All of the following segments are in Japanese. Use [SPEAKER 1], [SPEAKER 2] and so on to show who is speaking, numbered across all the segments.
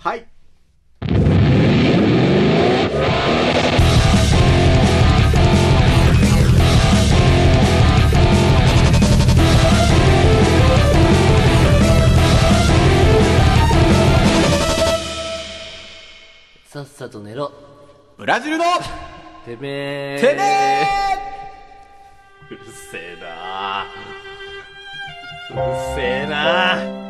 [SPEAKER 1] はい
[SPEAKER 2] さっさと寝ろ。
[SPEAKER 3] ブラジルの
[SPEAKER 2] てめえ。
[SPEAKER 3] てめえうるせえなうるせえな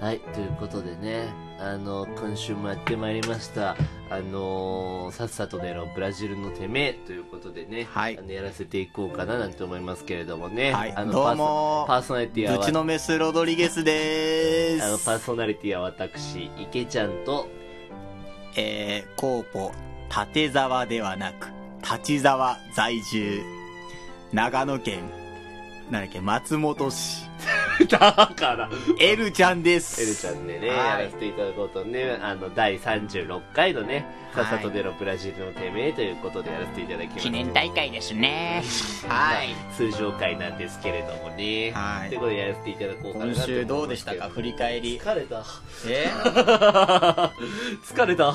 [SPEAKER 2] はい、ということでね、あの、今週もやってまいりました、あのーさっさと寝ろ、ブラジルのてめえということでね、
[SPEAKER 3] はい
[SPEAKER 2] あのやらせていこうかななんて思いますけれどもね、
[SPEAKER 3] はい
[SPEAKER 2] あの
[SPEAKER 3] どうも
[SPEAKER 2] パーソパーソナリティは
[SPEAKER 3] ぶちのメスロドリゲスで
[SPEAKER 2] あの
[SPEAKER 3] す
[SPEAKER 2] パーソナリティは私、池ちゃん と、
[SPEAKER 3] えー、コーポ立沢ではなく立沢在住長野県なんだっけ松本市
[SPEAKER 2] だから、
[SPEAKER 3] エルちゃんで
[SPEAKER 2] エル
[SPEAKER 3] す
[SPEAKER 2] ちゃんでね、
[SPEAKER 3] はい
[SPEAKER 2] やらせていただこうとね、あの、第36回のね、
[SPEAKER 3] は
[SPEAKER 2] さっ
[SPEAKER 3] い
[SPEAKER 2] さと出ろブラジルのてめえということでやらせていただきます。
[SPEAKER 4] 記念大会ですね。
[SPEAKER 3] はい
[SPEAKER 2] 通常回なんですけれどもね。
[SPEAKER 3] はい
[SPEAKER 2] ということでやらせていただこうかなと思い
[SPEAKER 3] 今
[SPEAKER 2] ますけ
[SPEAKER 3] 週
[SPEAKER 2] ど
[SPEAKER 3] どうでしたか振り返り
[SPEAKER 2] 疲れ た。
[SPEAKER 3] え
[SPEAKER 2] 疲れた。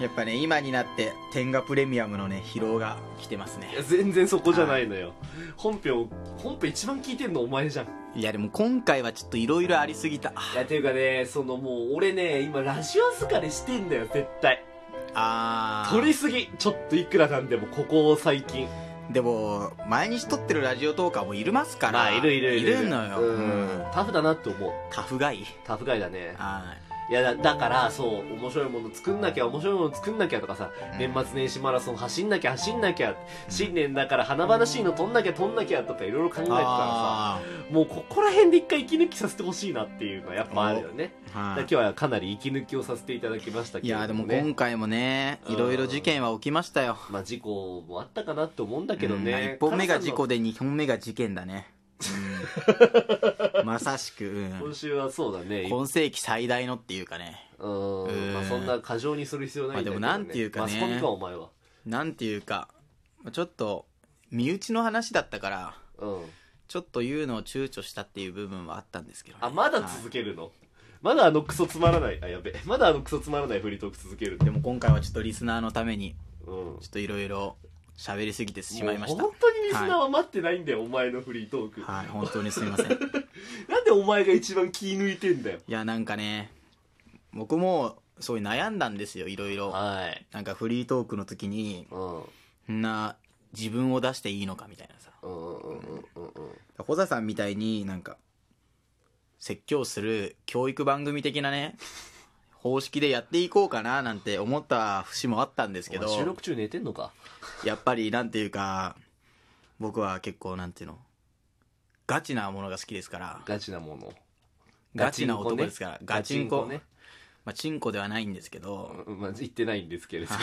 [SPEAKER 3] やっぱね今になって天下プレミアムのね疲労が来てますね
[SPEAKER 2] いや、全然そこじゃないのよ。本編、本編一番聞いてんのお前じゃん。
[SPEAKER 3] いやでも今回はちょっといろいろありすぎた
[SPEAKER 2] いや、ていうかね、そのもう俺ね、今ラジオ疲れしてんだよ、絶対。
[SPEAKER 3] あ
[SPEAKER 2] 取りすぎ。ちょっといくらなんでも、ここ最近。
[SPEAKER 3] でも毎日撮ってるラジオトーカーもいるますから、
[SPEAKER 2] まあ、いるいる
[SPEAKER 3] いるのよ、
[SPEAKER 2] う
[SPEAKER 3] うん
[SPEAKER 2] ん。タフだなって思う。
[SPEAKER 3] タフがいい
[SPEAKER 2] タフガイだね。
[SPEAKER 3] はい
[SPEAKER 2] やだ、だから、そう、面白いもの作んなきゃ、面白いもの作んなきゃとかさ、
[SPEAKER 3] うん
[SPEAKER 2] 年末年始マラソン走んなきゃ、走んなきゃ、新年だから華々しいの撮んなきゃ、撮んなきゃとかいろいろ考えてたらさ、
[SPEAKER 3] あ
[SPEAKER 2] もうここら辺で一回息抜きさせてほしいなっていうのはやっぱあるよね。
[SPEAKER 3] ー
[SPEAKER 2] だか
[SPEAKER 3] はい
[SPEAKER 2] ら今日はかなり息抜きをさせていただきましたけ
[SPEAKER 3] い
[SPEAKER 2] れど
[SPEAKER 3] やでも
[SPEAKER 2] ね
[SPEAKER 3] 今回もねいろいろ事件は起きましたよ
[SPEAKER 2] まあ事故もあったかなって思うんだけど
[SPEAKER 3] うん
[SPEAKER 2] ね。
[SPEAKER 3] 一本目が事故
[SPEAKER 2] で。
[SPEAKER 3] で二本目が事件だね、 うんまさしく、う
[SPEAKER 2] 今
[SPEAKER 3] ん、
[SPEAKER 2] 週はそうだね。
[SPEAKER 3] 今世紀最大のっていうかね
[SPEAKER 2] うー。
[SPEAKER 3] うんん
[SPEAKER 2] まあそんな過剰にする必要ないんだけど、ね。
[SPEAKER 3] まあでもなんていうかね
[SPEAKER 2] マスコミか、お前は。
[SPEAKER 3] なんていうかちょっと身内の話だったから
[SPEAKER 2] うん。
[SPEAKER 3] ちょっと言うのを躊躇したっていう部分はあったんですけどね、
[SPEAKER 2] あ、まだ
[SPEAKER 3] はい
[SPEAKER 2] 続けるの、まだあのクソつまらない、あ、やべ。まだあのクソつまらないフリートーク続ける
[SPEAKER 3] でも今回はちょっとリスナーのために
[SPEAKER 2] の。うん。
[SPEAKER 3] ちょっといろいろ喋りすぎてしまいました
[SPEAKER 2] もう本当にリスナーは待ってないんだよ、お前のフリートーク。
[SPEAKER 3] はい本当にすみません い
[SPEAKER 2] なんでお前が一番気抜いてんだよ。
[SPEAKER 3] やなんかね僕もすごい悩んだんですよいろいろ
[SPEAKER 2] はい。
[SPEAKER 3] なんかフリートークの時に
[SPEAKER 2] うん。
[SPEAKER 3] そんな自分を出していいのかみたいなさ
[SPEAKER 2] うんうんうんうんうん。
[SPEAKER 3] 小田さんみたいになんか説教する教育番組的なね方式でやっていこうかななんて思った節もあったんですけ
[SPEAKER 2] け
[SPEAKER 3] ど
[SPEAKER 2] ど収録中寝てんのか
[SPEAKER 3] やっぱりなんていうか僕は結構なんていうのガチなものが好きですから
[SPEAKER 2] ガチなもの。
[SPEAKER 3] ガチな男ですからガチンコ
[SPEAKER 2] ね。
[SPEAKER 3] まあ、チンコではないんですけど、
[SPEAKER 2] うんまあ、言ってないんですけれども。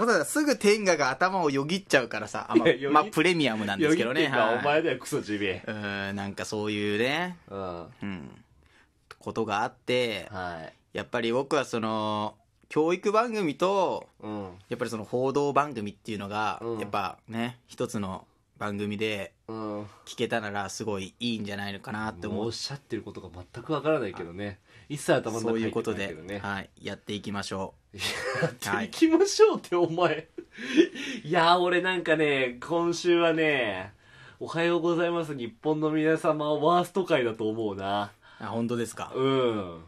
[SPEAKER 3] 僕はすぐ天下が頭をよぎっちゃうからさ、あまあ
[SPEAKER 2] いやよぎっ
[SPEAKER 3] まあ、プレミアムなんですけど
[SPEAKER 2] い
[SPEAKER 3] ね。
[SPEAKER 2] や言ってん
[SPEAKER 3] はい
[SPEAKER 2] だお前だよ、クソジビエ。
[SPEAKER 3] うーん、なんかそういうね、
[SPEAKER 2] うん。は
[SPEAKER 3] うん、ことがあって、
[SPEAKER 2] い。
[SPEAKER 3] やっぱり僕はその、教育番組と、
[SPEAKER 2] うん。
[SPEAKER 3] やっぱりその報道番組っていうのが、
[SPEAKER 2] うん
[SPEAKER 3] やっぱね、一つの番組で
[SPEAKER 2] うん。
[SPEAKER 3] 聞けたならすごいいいんじゃないのかなって
[SPEAKER 2] もう
[SPEAKER 3] 思
[SPEAKER 2] お
[SPEAKER 3] う
[SPEAKER 2] っ。しゃってることが全くわからないけどね一切頭の
[SPEAKER 3] そう
[SPEAKER 2] 中入って
[SPEAKER 3] いうこ
[SPEAKER 2] こ
[SPEAKER 3] と
[SPEAKER 2] ないけ
[SPEAKER 3] で
[SPEAKER 2] ど、ね
[SPEAKER 3] はい、やっていきましょ
[SPEAKER 2] やっていきましょうってお前 いやー俺なんかね今週はねおはようございます日本の皆様ワースト回だと思うな
[SPEAKER 3] う。あ、本当ですか。
[SPEAKER 2] うん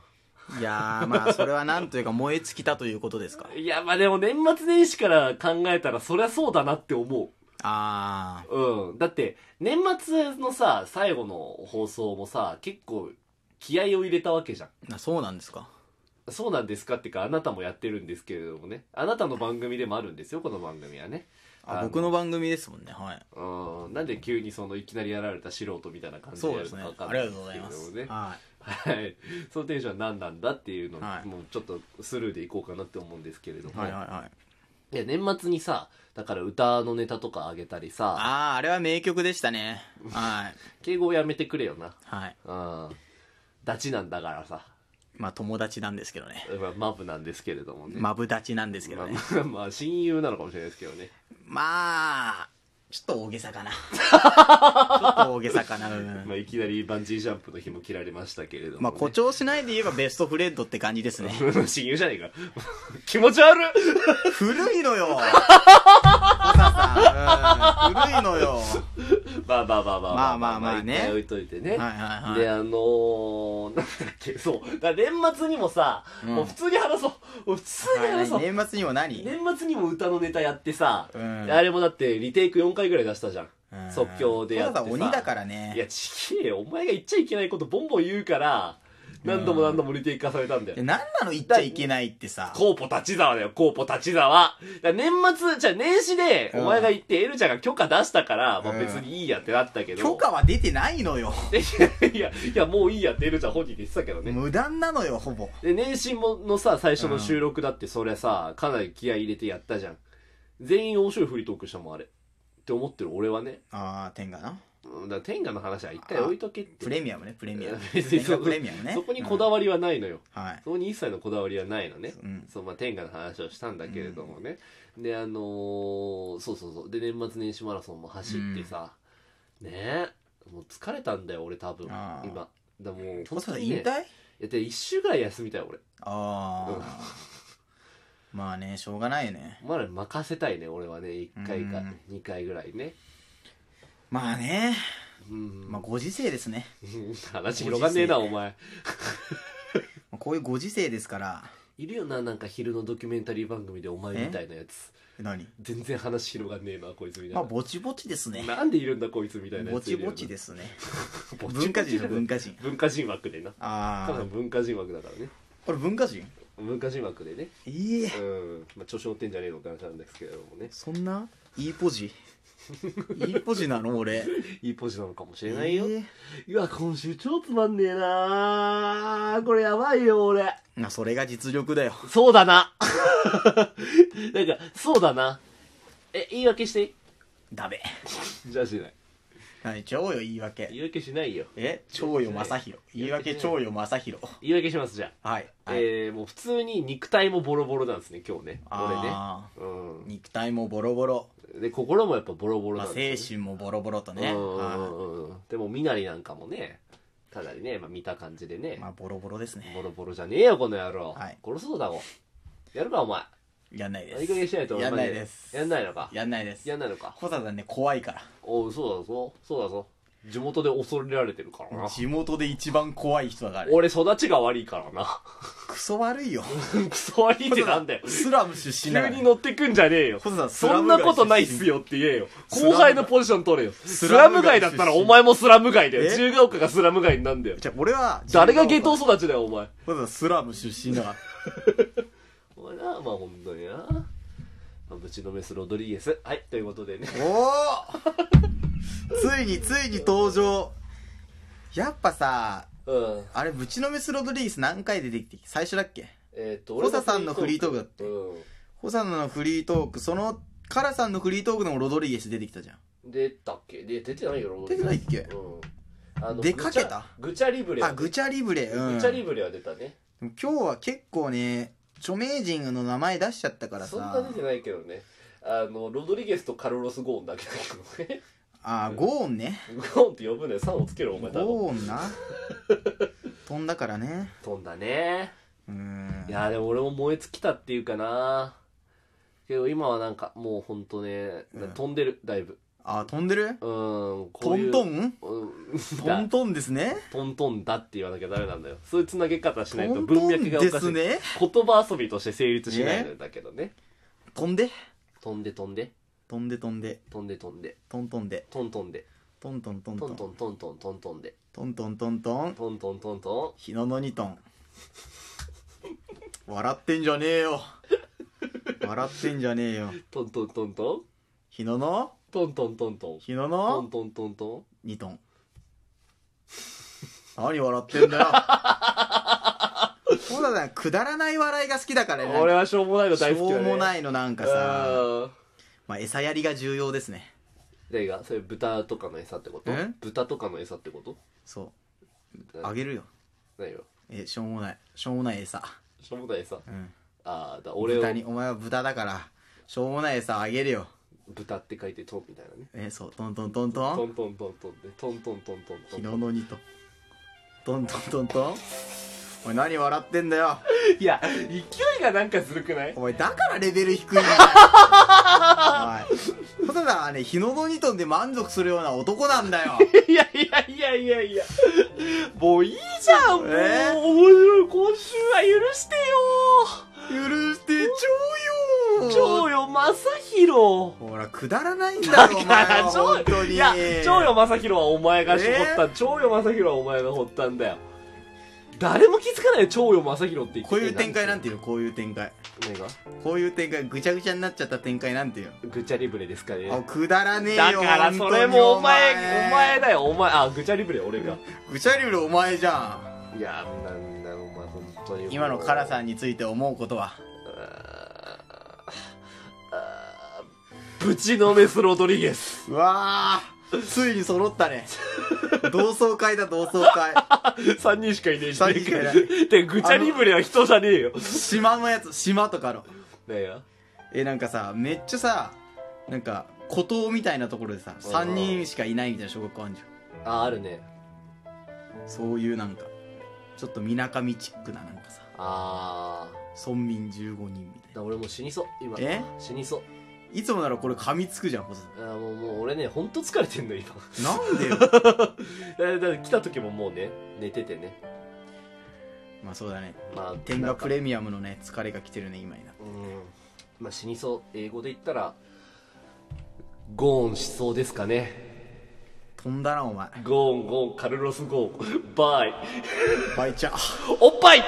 [SPEAKER 3] いやー、まあ、それはなんというか燃え尽きたということですか。
[SPEAKER 2] いやまあでも年末年始から考えたらそりゃそうだなって思
[SPEAKER 3] あ
[SPEAKER 2] ううんだって年末のさ最後の放送もさ結構気合を入れたわけじゃん
[SPEAKER 3] ー、そうなんですか。
[SPEAKER 2] そうなんですかっていうか、あなたもやってるんですけれどもね。あなたの番組でもあるんですよ、この番組はね。
[SPEAKER 3] あ
[SPEAKER 2] あの
[SPEAKER 3] 僕の番組ですもんね。はい。
[SPEAKER 2] うん。なんで急にその、いきなりやられた素人みたいな感じで
[SPEAKER 3] そ
[SPEAKER 2] や
[SPEAKER 3] うで
[SPEAKER 2] る
[SPEAKER 3] す
[SPEAKER 2] の
[SPEAKER 3] ね
[SPEAKER 2] かわ。か
[SPEAKER 3] あ
[SPEAKER 2] ん
[SPEAKER 3] り
[SPEAKER 2] な
[SPEAKER 3] が
[SPEAKER 2] いで
[SPEAKER 3] とうご
[SPEAKER 2] す
[SPEAKER 3] ざ
[SPEAKER 2] けどね。
[SPEAKER 3] います。はい。
[SPEAKER 2] はい。 そのテンションは何なんだっていうのを、
[SPEAKER 3] はい
[SPEAKER 2] もうちょっとスルーでいこうかなって思うんですけれども。
[SPEAKER 3] はいはいはい。
[SPEAKER 2] いや、年末にさ、だから歌のネタとかあげたりさ、
[SPEAKER 3] ああ、あれは名曲でしたね。はい。
[SPEAKER 2] 敬語をやめてくれよな。
[SPEAKER 3] はい。
[SPEAKER 2] うん。ダチなんだからさ。
[SPEAKER 3] まあ、友達なんですけどね。
[SPEAKER 2] まあマブなんですけれどもね。
[SPEAKER 3] マブダチなんですけどね。
[SPEAKER 2] まあ、まあ親友なのかもしれないですけどね。
[SPEAKER 3] まあ、ちょっと大げさ かな。ちょっと大げさかな。うん
[SPEAKER 2] まあ、いきなりバンジージャンプの日も切られましたけれども、ね。
[SPEAKER 3] まあ、誇張しないで言えばベストフレンドって感じですね。
[SPEAKER 2] 親友じゃねえか。 気持ち悪っ
[SPEAKER 3] 古いのよ。お母さん、うん古いのよ。
[SPEAKER 2] まあまあまあまあ
[SPEAKER 3] まあまあまあね
[SPEAKER 2] 一回置いといてね。
[SPEAKER 3] はいはい
[SPEAKER 2] で、
[SPEAKER 3] はい。
[SPEAKER 2] あのー、 なんだっけ、そう。だから年末にもさ、
[SPEAKER 3] うん
[SPEAKER 2] もう普通に話そう。もう普通に話そう。
[SPEAKER 3] はい年末にも何
[SPEAKER 2] 年末にも歌のネタやってさ、
[SPEAKER 3] うん
[SPEAKER 2] あれもだってリテイク4回ぐらい出したじゃん。
[SPEAKER 3] うん
[SPEAKER 2] 即興でやってさ
[SPEAKER 3] お母さん鬼だから
[SPEAKER 2] い
[SPEAKER 3] ね。
[SPEAKER 2] や、ちげえよ。お前が言っちゃいけないことボンボン言うから、何度も何度もリテイク化されたんだよ。
[SPEAKER 3] 何なの言っちゃいけないってさ。
[SPEAKER 2] コーポ立ち沢だよ、コーポ立ち沢。だから年末、じゃあ年始で、
[SPEAKER 3] うん
[SPEAKER 2] お前が言って、エルちゃんが許可出したから、まあ
[SPEAKER 3] うん
[SPEAKER 2] 別にいいやってなったけど。
[SPEAKER 3] 許可は出てないのよ。
[SPEAKER 2] いやいや、いや、もういいやってエルちゃん本人で言ってたけどね。
[SPEAKER 3] 無断なのよ、ほぼ。
[SPEAKER 2] で、年始ものさ、最初の収録だってそれさ、かなり気合い入れてやったじゃん。全員面白いフリートークしたもん、あれ。って思ってる俺はね。
[SPEAKER 3] ああ、天がな。
[SPEAKER 2] うんだから天下の話は一回置いとけって。
[SPEAKER 3] プレミアムね、プレミアム。
[SPEAKER 2] 別にそ
[SPEAKER 3] プレミアムね。
[SPEAKER 2] そこにこだ
[SPEAKER 3] わ
[SPEAKER 2] わりはないのよ。
[SPEAKER 3] はい。
[SPEAKER 2] そこに一切のこだわりはないのね。
[SPEAKER 3] うん。
[SPEAKER 2] そうまあ、天下の話をしたんだけれどもね、であのーそうそうそうで年末年始マラソンも走ってさ、ねえもう疲れたんだよ俺多分
[SPEAKER 3] あー
[SPEAKER 2] 今だもう
[SPEAKER 3] お母さん
[SPEAKER 2] にね
[SPEAKER 3] 引退
[SPEAKER 2] いやで1週ぐらい休みたい俺
[SPEAKER 3] ああ。まあね、しょうがないよね。
[SPEAKER 2] まだ任せたいね俺はね1回か
[SPEAKER 3] うん
[SPEAKER 2] 2回ぐらいね
[SPEAKER 3] まあね。
[SPEAKER 2] うん、
[SPEAKER 3] まあ、ご時世ですね。
[SPEAKER 2] 話広がんねえな
[SPEAKER 3] ご
[SPEAKER 2] お前
[SPEAKER 3] まあこういうご時世ですから。
[SPEAKER 2] いるよななんか昼のドキュメンタリー番組でお前みたいなやつ
[SPEAKER 3] 何
[SPEAKER 2] 全然話広がんねえなこいつみた
[SPEAKER 3] まあ、
[SPEAKER 2] いな、
[SPEAKER 3] ぼちぼちですね。
[SPEAKER 2] なんでいるんだこいつみたいなや
[SPEAKER 3] ぼ
[SPEAKER 2] つい
[SPEAKER 3] ち
[SPEAKER 2] るよ
[SPEAKER 3] ぼ
[SPEAKER 2] な
[SPEAKER 3] ちですね。
[SPEAKER 2] ぼちぼち
[SPEAKER 3] 文化人でしょ、文化人。
[SPEAKER 2] 文化人枠でな
[SPEAKER 3] あ
[SPEAKER 2] 彼女
[SPEAKER 3] あ。
[SPEAKER 2] 文化人枠だからね
[SPEAKER 3] これ文化人
[SPEAKER 2] 文化人枠でね
[SPEAKER 3] いいえ
[SPEAKER 2] う。んまあ著書ってんじゃねえのって話なんですけれどもね
[SPEAKER 3] そんないいポジいいポジなの俺。
[SPEAKER 2] いいポジなのかもしれないよ、
[SPEAKER 3] えー
[SPEAKER 2] いや今週超つまんねえなこれやばいよ俺
[SPEAKER 3] まあ、それが実力だよ。
[SPEAKER 2] そうだな なんかそうだなえ言い訳していい
[SPEAKER 3] ダメ。
[SPEAKER 2] じゃあしない
[SPEAKER 3] はい、超よ、言い訳。
[SPEAKER 2] 言い訳しないよ
[SPEAKER 3] え超よ、正弘。言い訳、超よ、正弘。
[SPEAKER 2] 言い訳しますじゃ
[SPEAKER 3] はい。
[SPEAKER 2] あ、
[SPEAKER 3] はい、
[SPEAKER 2] えー、もう普通に肉体もボロボロなんですね今日ね俺ね
[SPEAKER 3] あ
[SPEAKER 2] う
[SPEAKER 3] ー肉体もボロボロ、
[SPEAKER 2] んで心もやっぱボロボロ
[SPEAKER 3] ま
[SPEAKER 2] な
[SPEAKER 3] あ、
[SPEAKER 2] んですよね
[SPEAKER 3] 精神もボロボロとね。
[SPEAKER 2] うんうん
[SPEAKER 3] は
[SPEAKER 2] うんうんでも身なりなんかもねかなりね、まあ、見た感じでね、
[SPEAKER 3] いまあ、ボロボロですね。
[SPEAKER 2] ボロボロじゃねえよこの野郎、
[SPEAKER 3] はい
[SPEAKER 2] 殺そうだもやるかお前
[SPEAKER 3] やんない
[SPEAKER 2] いい加減
[SPEAKER 3] で
[SPEAKER 2] にしないと
[SPEAKER 3] す。
[SPEAKER 2] お
[SPEAKER 3] や
[SPEAKER 2] 前
[SPEAKER 3] んないです。
[SPEAKER 2] やんないのか
[SPEAKER 3] やんないです
[SPEAKER 2] や。んないのか
[SPEAKER 3] 小坂さんね、怖いから。
[SPEAKER 2] おうそうだぞそうだぞ地元で恐れられてるからな
[SPEAKER 3] 地元で一番怖い人だから。
[SPEAKER 2] 俺育ちが悪いからな
[SPEAKER 3] クソ悪いよ。
[SPEAKER 2] クソ悪いってなんだよ
[SPEAKER 3] スラム出身だか
[SPEAKER 2] 急
[SPEAKER 3] ら
[SPEAKER 2] に乗ってくんじゃねえよ
[SPEAKER 3] ホズさんス
[SPEAKER 2] そ
[SPEAKER 3] ラ
[SPEAKER 2] ん
[SPEAKER 3] ム街
[SPEAKER 2] なことないっすよって言えよ
[SPEAKER 3] スラム
[SPEAKER 2] 後
[SPEAKER 3] 街
[SPEAKER 2] 輩のポジション取れよス
[SPEAKER 3] ス
[SPEAKER 2] ラ
[SPEAKER 3] ラ
[SPEAKER 2] ム
[SPEAKER 3] ム
[SPEAKER 2] 街
[SPEAKER 3] 街
[SPEAKER 2] だったら
[SPEAKER 3] 出身
[SPEAKER 2] お前もスラム街だよ
[SPEAKER 3] え
[SPEAKER 2] 自由が丘がスラム街になんだよ
[SPEAKER 3] じゃあ俺は、
[SPEAKER 2] 誰が下等育ちだよお前
[SPEAKER 3] ホズさんスラム出身だから。
[SPEAKER 2] お前なまあ本当にな、まあ、ぶちのめすロドリゲスはいということでね
[SPEAKER 3] おおついについに登場やっぱさ
[SPEAKER 2] うん
[SPEAKER 3] あれぶちのめすロドリゲス何回出てきて最初だっけ
[SPEAKER 2] えっと
[SPEAKER 3] ホサさんのフリートークだって
[SPEAKER 2] う
[SPEAKER 3] ホサナのフリートークそのカラさんのフリートークでもロドリゲス出てきたじゃん
[SPEAKER 2] ん出たっけで出てないよロド
[SPEAKER 3] 出
[SPEAKER 2] リゲ
[SPEAKER 3] て
[SPEAKER 2] ス
[SPEAKER 3] ないっけ
[SPEAKER 2] うんあの
[SPEAKER 3] 出かけた
[SPEAKER 2] グチャグチャリブレは
[SPEAKER 3] あグチャリブレうん
[SPEAKER 2] グチャリブレは出たね
[SPEAKER 3] でも今日は結構ね著名人の名前出しちゃったから
[SPEAKER 2] そんな
[SPEAKER 3] さ
[SPEAKER 2] 出てないけどねあのロドリゲスとカルロス・ゴーンだけだけどね
[SPEAKER 3] あゴーンね
[SPEAKER 2] ゴーンって呼ぶね3をつけろお前多分
[SPEAKER 3] ゴーンな 飛んだからね
[SPEAKER 2] 飛んだね
[SPEAKER 3] うん
[SPEAKER 2] いやーでも俺も燃え尽きたっていうかなけど今はなんかもうほんとね
[SPEAKER 3] うん
[SPEAKER 2] 飛んでるだいぶ
[SPEAKER 3] あ飛んでる
[SPEAKER 2] うんこ
[SPEAKER 3] ト
[SPEAKER 2] うい
[SPEAKER 3] ン
[SPEAKER 2] う
[SPEAKER 3] トン
[SPEAKER 2] うん
[SPEAKER 3] トントンですね
[SPEAKER 2] トントンだって言わなきゃダメなんだよそういうつなげ方し
[SPEAKER 3] ト
[SPEAKER 2] ないと
[SPEAKER 3] ン
[SPEAKER 2] 文
[SPEAKER 3] トン
[SPEAKER 2] 脈がおか
[SPEAKER 3] で
[SPEAKER 2] しい、
[SPEAKER 3] すね
[SPEAKER 2] 言葉遊びとして成立しないんだけどね
[SPEAKER 3] 飛んで
[SPEAKER 2] 飛んで飛んで
[SPEAKER 3] 飛んで飛んで
[SPEAKER 2] 飛んで飛んで
[SPEAKER 3] トントンで
[SPEAKER 2] トントンで
[SPEAKER 3] トントントント
[SPEAKER 2] ト
[SPEAKER 3] ン
[SPEAKER 2] ントントントントントンで
[SPEAKER 3] トントントントン
[SPEAKER 2] トントントント
[SPEAKER 3] 日野の2トン笑ってんじゃねえよ笑ってんじゃねえよ
[SPEAKER 2] ントントントントン
[SPEAKER 3] 日野の
[SPEAKER 2] トントントントン
[SPEAKER 3] 日
[SPEAKER 2] ト
[SPEAKER 3] 野
[SPEAKER 2] ン
[SPEAKER 3] の
[SPEAKER 2] トントント
[SPEAKER 3] 2トン何笑ってんだよ そうだなくだらない笑いが好きだから
[SPEAKER 2] ン
[SPEAKER 3] ね
[SPEAKER 2] 俺はしょうもないの
[SPEAKER 3] し
[SPEAKER 2] 大好きだ
[SPEAKER 3] ょ
[SPEAKER 2] ね
[SPEAKER 3] うもないいのなんかさ、
[SPEAKER 2] さ
[SPEAKER 3] まあ、餌やりが重要ですね
[SPEAKER 2] 誰がそれ豚とかの餌ってこと
[SPEAKER 3] え
[SPEAKER 2] 豚とかの餌ってこと
[SPEAKER 3] そうあげるよ
[SPEAKER 2] 何よ
[SPEAKER 3] えしょうもないしょうもない餌
[SPEAKER 2] しょうもない餌
[SPEAKER 3] うん
[SPEAKER 2] ああだ俺を
[SPEAKER 3] 豚にお前は豚だからしょうもない餌あげるよ
[SPEAKER 2] 豚って書いてトンみたいなね
[SPEAKER 3] えーそうトントントント
[SPEAKER 2] ト
[SPEAKER 3] ン
[SPEAKER 2] ントントントンでトントントントントン
[SPEAKER 3] 昨日の2とトントントントンおい何笑ってんだよ
[SPEAKER 2] いや勢いがなんかずるくない
[SPEAKER 3] お前だからレベル低いんだよお前ただね日のの2トンで満足するような男なんだよ
[SPEAKER 2] いやいやいやいやいやもういいじゃんもう、
[SPEAKER 3] えー
[SPEAKER 2] 面白い今週は許して
[SPEAKER 3] 許してち
[SPEAKER 2] よ
[SPEAKER 3] ょうよ
[SPEAKER 2] 長よ正弘
[SPEAKER 3] ほらくだらないんだよお前は
[SPEAKER 2] 長
[SPEAKER 3] 本当に
[SPEAKER 2] いや長与正弘はお前が絞った、長与正弘はお前が掘ったんだよ誰も気づかないよ長与正弘って言って
[SPEAKER 3] こういう展開なん
[SPEAKER 2] て
[SPEAKER 3] ていうのこういう展開
[SPEAKER 2] 何が
[SPEAKER 3] こういう展開ぐちゃぐちゃになっちゃった展開なんていう
[SPEAKER 2] ぐちゃりぶれですかね
[SPEAKER 3] のあくだらねえよ
[SPEAKER 2] だから
[SPEAKER 3] 本
[SPEAKER 2] そ
[SPEAKER 3] 当に
[SPEAKER 2] れもお前お前だよお前あぐちゃりぶれ俺が
[SPEAKER 3] ぐちゃりゅるお前じゃ
[SPEAKER 2] いやなんだお前本当にも
[SPEAKER 3] ん
[SPEAKER 2] う
[SPEAKER 3] 今のカラさんについて思うことは
[SPEAKER 2] あーあーぶちのめすロドリゲ ス
[SPEAKER 3] うわーついに揃ったね同窓会だ同窓会
[SPEAKER 2] 3人しかいねえし
[SPEAKER 3] 三人しかいない
[SPEAKER 2] でぐちゃりぶれは人じゃねえよ
[SPEAKER 3] 島のやつ島とかの
[SPEAKER 2] だよ
[SPEAKER 3] えなんかさめっちゃさなんか孤島みたいなところでさ3人しかいないみたいな小学校あるじゃん
[SPEAKER 2] ああるね
[SPEAKER 3] そういうなんかちょっとみなかみチックななんかさ
[SPEAKER 2] あ
[SPEAKER 3] 村民15人みたいな
[SPEAKER 2] あ俺もう死にそう今
[SPEAKER 3] え
[SPEAKER 2] 死にそう
[SPEAKER 3] いつもならこれ噛みつくじゃんほず
[SPEAKER 2] あーもうもう俺ねほんと疲れてんの今
[SPEAKER 3] なんでよ
[SPEAKER 2] だだ来た時ももうね寝ててね
[SPEAKER 3] まあそうだね
[SPEAKER 2] まあ
[SPEAKER 3] 天
[SPEAKER 2] な
[SPEAKER 3] 下
[SPEAKER 2] んか
[SPEAKER 3] プレミアムのね疲れが来てるね今にな
[SPEAKER 2] うんまあ死にそう英語で言ったらゴーンしそうですかね
[SPEAKER 3] 飛んだなお前
[SPEAKER 2] ゴーンゴーンカルロスゴーンバイ
[SPEAKER 3] バイチャー
[SPEAKER 2] おっぱい